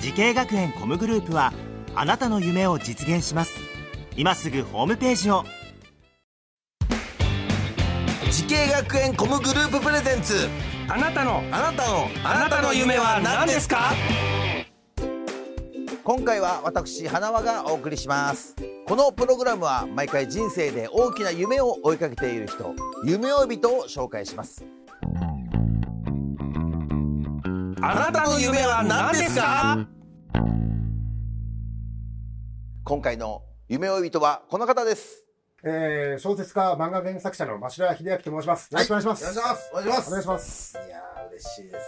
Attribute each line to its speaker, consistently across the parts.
Speaker 1: 時系学園コムグループはあなたの夢を実現します今すぐホームページを
Speaker 2: 時系学園コムグループプレゼンツ
Speaker 3: あなたの
Speaker 2: あなたの
Speaker 3: あなたの夢は何ですか
Speaker 2: 今回は私花輪がお送りしますこのプログラムは毎回人生で大きな夢を追いかけている人夢追い人を紹介します
Speaker 3: あなたの夢は何ですか
Speaker 2: 今回の夢追い人はこの方です
Speaker 4: えー、小説家、漫画原作者の増田秀明と申します。よろしくお願いします。
Speaker 2: お願いします
Speaker 4: お願いします。
Speaker 2: いやー嬉しいですね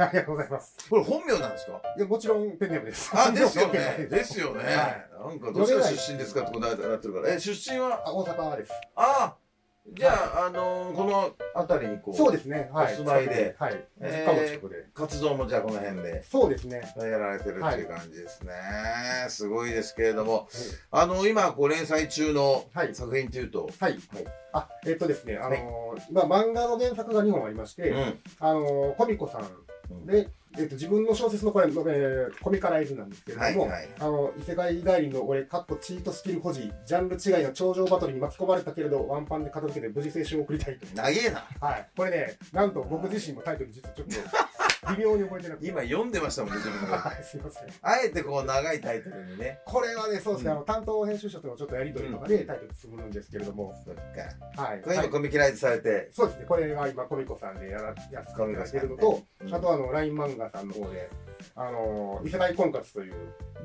Speaker 4: ありがとうございます。
Speaker 2: これ本名なんですか
Speaker 4: いやもちろんペンネームです。
Speaker 2: あですよ
Speaker 4: ペンネー
Speaker 2: ね
Speaker 4: ム
Speaker 2: ですよね、
Speaker 4: はい
Speaker 2: なんかどちら出身ですかってことになってるからえ出身は
Speaker 4: あ、大阪です。
Speaker 2: あじゃあ、あのーこの辺りにこう
Speaker 4: そうですね。はい。
Speaker 2: お住まいで
Speaker 4: はい。
Speaker 2: えー
Speaker 4: 実家も近くで。
Speaker 2: 活動もじゃあこの辺で
Speaker 4: そうですね。
Speaker 2: やられてるっていう感じですね、すごいですけれどもあの今こう連載中の
Speaker 4: はい
Speaker 2: 作品というと、
Speaker 4: はい。あ、えっとですね、あのー、まあ漫画の原作が2本ありまして、あのー、コミコさんで、えっと、自分分の小説のこれ、えーコミカライズなんですけれども、
Speaker 2: はいはい
Speaker 4: あの異世界帰りの俺かっこチートスキル保持ジャンル違いの頂上バトルに巻き込まれたけれどワンパンで片付けて無事青春を送りたいという
Speaker 2: うん、長えな
Speaker 4: はい、これね、なんと僕自身もタイトル実はちょっと微妙に覚えてなくて。
Speaker 2: 今読んでましたもん自分が
Speaker 4: はい、すいません。
Speaker 2: あえてこう長いタイトルにね
Speaker 4: これはね、そうですね、
Speaker 2: うん
Speaker 4: あの担当編集者とのちょっとやり取りとかでタイトルつぶるんですけれども、
Speaker 2: そっか
Speaker 4: はい。
Speaker 2: これ今
Speaker 4: はい
Speaker 2: コミキライズされて、
Speaker 4: そうですね、これは今、コミコさんでやらやっていただいてるの
Speaker 2: コミ
Speaker 4: と、
Speaker 2: さんねうん
Speaker 4: あとあの、LINE 漫画さんの方で、あの、異世界婚活という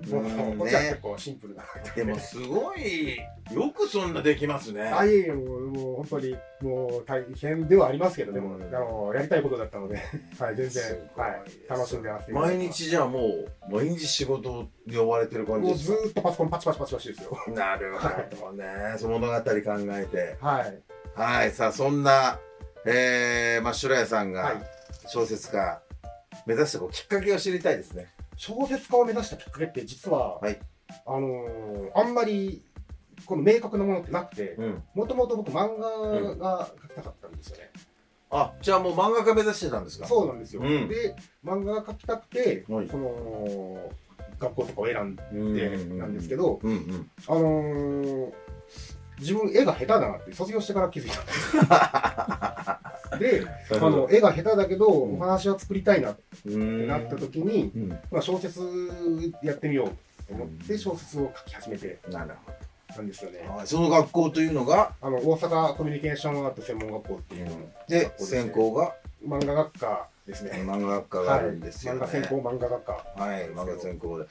Speaker 4: もの
Speaker 2: う
Speaker 4: の、
Speaker 2: ん
Speaker 4: こっちは
Speaker 2: ね
Speaker 4: 結構シンプルな。
Speaker 2: でもすごいよくそんなできますね
Speaker 4: あいえいえ、もう、もう本当に、もう大変ではありますけど、でも、
Speaker 2: うん
Speaker 4: あの、やりたいことだったので、 はい、全然
Speaker 2: すご、い
Speaker 4: はい、楽しんでやらせていただい
Speaker 2: 毎
Speaker 4: てます
Speaker 2: 日じゃあもう毎日仕事に追われてる感じ
Speaker 4: もう
Speaker 2: で
Speaker 4: ず
Speaker 2: すか
Speaker 4: ーっとパソコンパチパチパチパチですよ。
Speaker 2: なるほどねその物語考えて
Speaker 4: はい。
Speaker 2: はいさあそんなえー、まあ白谷さん
Speaker 4: は
Speaker 2: が
Speaker 4: い
Speaker 2: 小説家目指したこうきっかけを知りたいですね
Speaker 4: 小説家を目指したきっかけって実は、
Speaker 2: はい
Speaker 4: あのーあんまりこの明確なものってなくて
Speaker 2: うん
Speaker 4: もともと僕漫画が描きたかったんですよね、
Speaker 2: あじゃあもう漫画家目指してたんですか
Speaker 4: そうなんですよ、
Speaker 2: うん
Speaker 4: で漫画が描きたくて、
Speaker 2: はい
Speaker 4: その学校とかを選んで
Speaker 2: うう
Speaker 4: なんですけど、
Speaker 2: うんうん
Speaker 4: あのー自分絵が下手だなって卒業してから気づいたん ですよであの絵が下手だけどお話は作りたいなって
Speaker 2: うん
Speaker 4: なった時に、
Speaker 2: うん
Speaker 4: まあ、小説やってみようと思って小説を書き始めて
Speaker 2: なるほ
Speaker 4: なんですよね。
Speaker 2: どあその学校というのが、
Speaker 4: あの大阪コミュニケーションアート専門学校っていう
Speaker 2: で
Speaker 4: 学校ですね
Speaker 2: 専攻が
Speaker 4: 漫画学科ですね。
Speaker 2: 漫画学科があるんですよね、
Speaker 4: 漫画専攻漫画学科。
Speaker 2: はい、漫画専攻で。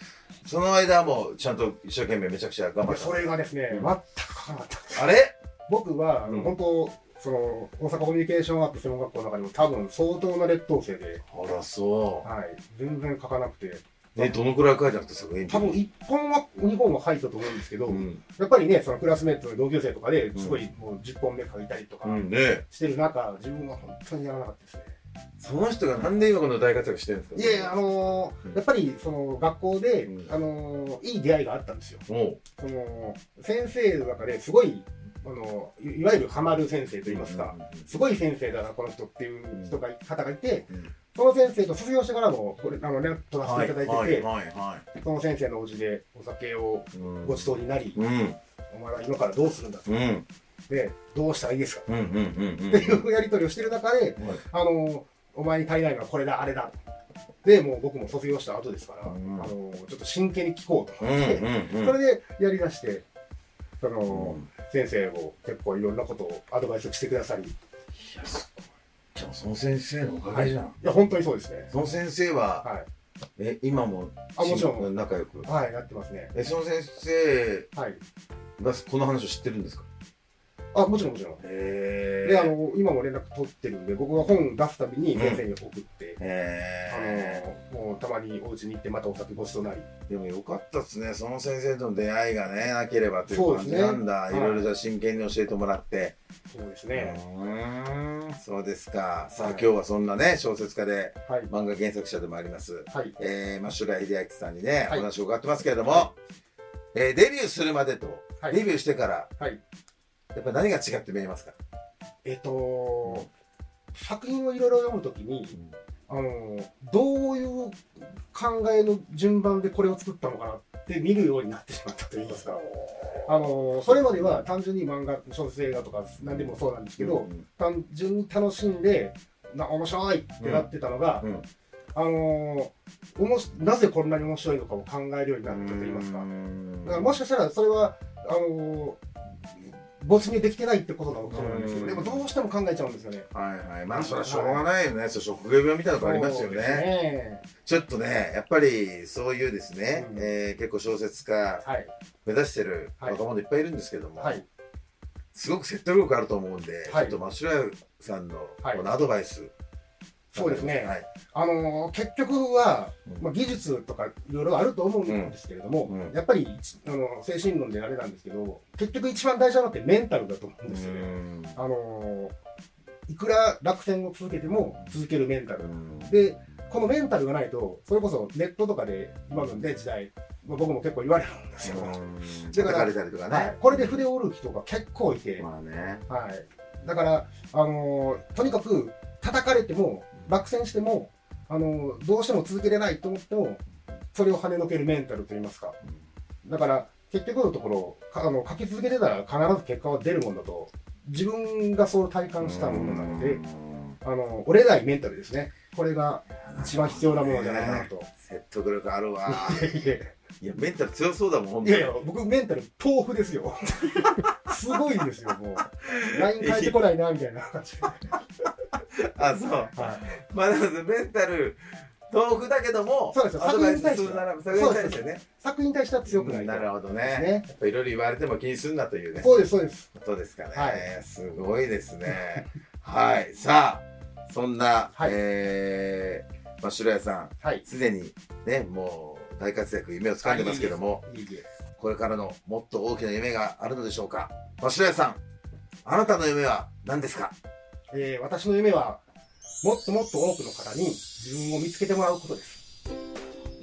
Speaker 2: その間はもうちゃんと一生懸命めちゃくちゃ頑張
Speaker 4: で
Speaker 2: っ
Speaker 4: それがですね、
Speaker 2: うん
Speaker 4: 全く書かなかった。
Speaker 2: た。あれ
Speaker 4: 僕は、あの
Speaker 2: うん
Speaker 4: 本当その大阪コミュニケーションアート専門学校の中でも多分相当な劣等生で、
Speaker 2: あら、そ
Speaker 4: はい、全然書かなくて、
Speaker 2: う。ね、どのくらい書いてあった作品
Speaker 4: 多分1本は2本は書いたと思うんですけど、
Speaker 2: うん。
Speaker 4: やっぱりねそのクラスメートの同級生とかですごいもう10本目書いたりとか
Speaker 2: うん、ね
Speaker 4: してる中、自分は本当にやらなかったですね。
Speaker 2: その人がなんで今この大活躍してるんですか
Speaker 4: いやいや、あ、のー
Speaker 2: うん
Speaker 4: やっぱりその学校で、
Speaker 2: うん
Speaker 4: あのーいい出会いがあったんですよ。
Speaker 2: もう。
Speaker 4: その先生の中ですごい、あのいいわゆるハマる先生といいますか、すごい先生だな、この人っていう人が方がいて、
Speaker 2: うん
Speaker 4: その先生と卒業してからも、これ、あのね、取らせていただいてて、
Speaker 2: はい、はい、は
Speaker 4: その先生のお家でお酒を
Speaker 2: い。うん
Speaker 4: ごちそうになり、
Speaker 2: うん。
Speaker 4: お前は今からどうするんだ
Speaker 2: うん。うん、
Speaker 4: って、どうしたらいいですか
Speaker 2: うん、うん、うん。
Speaker 4: っていうやり取りをしてる中で、
Speaker 2: はい
Speaker 4: あのお前に足りないのはこれだあれだでもう僕も卒業した後ですから、
Speaker 2: うん
Speaker 4: あのちょっと真剣に聞こうと
Speaker 2: う
Speaker 4: 思って、
Speaker 2: ん、うん、
Speaker 4: そ
Speaker 2: うん。
Speaker 4: れでやりだしてその、
Speaker 2: うん
Speaker 4: 先生も結構いろんなことをアドバイスしてくださりい
Speaker 2: いやすごいじゃあその先生のおかげじゃん。
Speaker 4: や本当にそうですね
Speaker 2: その先生は、
Speaker 4: は
Speaker 2: え、今も、
Speaker 4: あもちろん
Speaker 2: 仲良く
Speaker 4: い。はいやってますね
Speaker 2: え、その先生
Speaker 4: はい
Speaker 2: がこの話を知ってるんですか
Speaker 4: あ、もちろんもちろん。
Speaker 2: へ
Speaker 4: で、あの、今も連絡取ってるんで、僕が本出すたびに先生に送って、
Speaker 2: え
Speaker 4: あの、もうたまにお家に行ってまたお酒ごちそうなり。
Speaker 2: でもよかったですねその先生との出会いがねなければとい
Speaker 4: そううで
Speaker 2: 感
Speaker 4: す
Speaker 2: じ
Speaker 4: ね
Speaker 2: なんだ、
Speaker 4: はい
Speaker 2: いろいろじゃあ真剣に教えてもらって、
Speaker 4: そうですね。
Speaker 2: うーんそうですかさあ、
Speaker 4: はい
Speaker 2: 今日はそんなね小説家で
Speaker 4: はい。
Speaker 2: 漫画原作者でもあります、
Speaker 4: はい。
Speaker 2: えー、増浦秀明さんにね、
Speaker 4: はい
Speaker 2: お話を伺ってますけれども、
Speaker 4: は
Speaker 2: えーデビューするまでと、
Speaker 4: はい
Speaker 2: デビューしてから、
Speaker 4: はい
Speaker 2: やっぱ何が違って見えますか、
Speaker 4: えっと、作品をいろいろ読むときに、あの、どういう考えの順番でこれを作ったのかなって見るようになってしまったと言いますか。あの、それまでは単純に漫画、小説映画とか何でもそうなんですけど、
Speaker 2: うん
Speaker 4: 単純に楽しんでな面白いってなってたのが、
Speaker 2: うん
Speaker 4: あのーおもしなぜこんなに面白いのかを考えるようになったと言いますか,、だからもしかしたらそれはあのー没入できてないってことなのかもしれないですけど、
Speaker 2: うん
Speaker 4: でもどうしても考えちゃうんですよね。
Speaker 2: はいはいまあそれはしょうがないよね、そう職業病みたいなとこありますよ
Speaker 4: そうです
Speaker 2: ねちょっとねやっぱりそういうですね、
Speaker 4: うん
Speaker 2: えー結構小説家
Speaker 4: はい
Speaker 2: 目指してる
Speaker 4: はい
Speaker 2: 若者いっぱいいるんですけども、
Speaker 4: はい
Speaker 2: すごく説得力あると思うんで、
Speaker 4: はい
Speaker 2: ちょっと真白さんの
Speaker 4: はい
Speaker 2: このアドバイス、
Speaker 4: そうですね
Speaker 2: はい
Speaker 4: あのー結局は、
Speaker 2: うん
Speaker 4: まあ、技術とかいろいろあると思うんですけれども、
Speaker 2: うんうん
Speaker 4: やっぱり一あの精神論であれなんですけど結局一番大事なのってメンタルだと思うんですよね。
Speaker 2: うん
Speaker 4: あのーいくら落選を続けても続けるメンタル
Speaker 2: う。ん
Speaker 4: で、このメンタルがないと、それこそネットとかで、今のね、時代、まあ僕も結構言われるんですよ。
Speaker 2: だから叩かれたりとかね、
Speaker 4: はいこれで筆を折る人が結構いて、
Speaker 2: まあね
Speaker 4: はい。だから、あのーとにかく、叩かれても、落選しても、あのーどうしても続けれないと思っても、それを跳ねのけるメンタルといいますか。だから、結局のところ、かあの書き続けてたら必ず結果は出るもんだと、自分がそう体感したものなので、あの、折れないメンタルですね。これが一番必要なものじゃないかなと。
Speaker 2: 説得力あるわ
Speaker 4: いやい
Speaker 2: いやメンタル強そうだもん本当
Speaker 4: やいや、僕メンタル豆腐ですよ。 すごいんですよ、もう。LINE 返ってこないな、みたいな感じで。
Speaker 2: あそう
Speaker 4: はい
Speaker 2: まあだからメンタル豆腐だけども
Speaker 4: そうですよ
Speaker 2: アドバイス
Speaker 4: 作
Speaker 2: す
Speaker 4: 品に対して
Speaker 2: るなら作品に対してね
Speaker 4: 作品に対しては強くな
Speaker 2: うん
Speaker 4: いと。
Speaker 2: なるほど
Speaker 4: です
Speaker 2: ね
Speaker 4: ね。
Speaker 2: やっぱいろいろ言われても気にすんなというね
Speaker 4: そうです、そうです。
Speaker 2: ことですかね、
Speaker 4: は
Speaker 2: すごいですね はいさあそんな、
Speaker 4: はい
Speaker 2: えーまあ白谷さん
Speaker 4: はい。
Speaker 2: すでにねもう大活躍夢を掴んでますけども
Speaker 4: いいえ
Speaker 2: これからのもっと大きな夢があるのでしょうかまあ白谷さんあなたの夢は何ですか
Speaker 4: えー私の夢は、もっともっと多くの方に自分を見つけてもらうことです。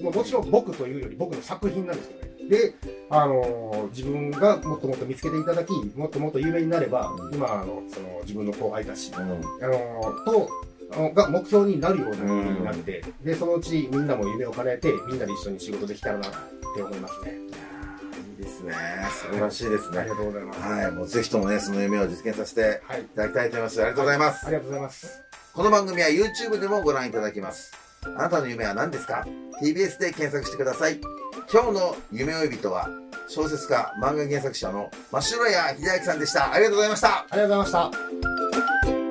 Speaker 4: もうもちろん僕というより僕の作品なんですけどね。で、あのー自分がもっともっと見つけていただき、もっともっと有名になれば、今あのその自分の後輩たち、あのーと、あのが目標になるような人間になって、で、そのうちみんなも夢を叶えて、みんなで一緒に仕事できたらなって思いますね。
Speaker 2: いいですね素晴らしいです
Speaker 4: あ
Speaker 2: ね
Speaker 4: りがとうございます。
Speaker 2: はいもうぜひともねその夢を実現させて
Speaker 4: はい。
Speaker 2: いただきたいと思いますありがとうございます、
Speaker 4: ありがとうございます。
Speaker 2: この番組は YouTube でもご覧いただけます。あなたの夢は何ですか ?TBS で検索してください。今日の夢追い人は小説家、漫画原作者の真白谷秀明さんでした。ありがとうございました。
Speaker 4: ありがとうございました。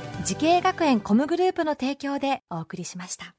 Speaker 5: 時系学園コムグループの提供でお送りしました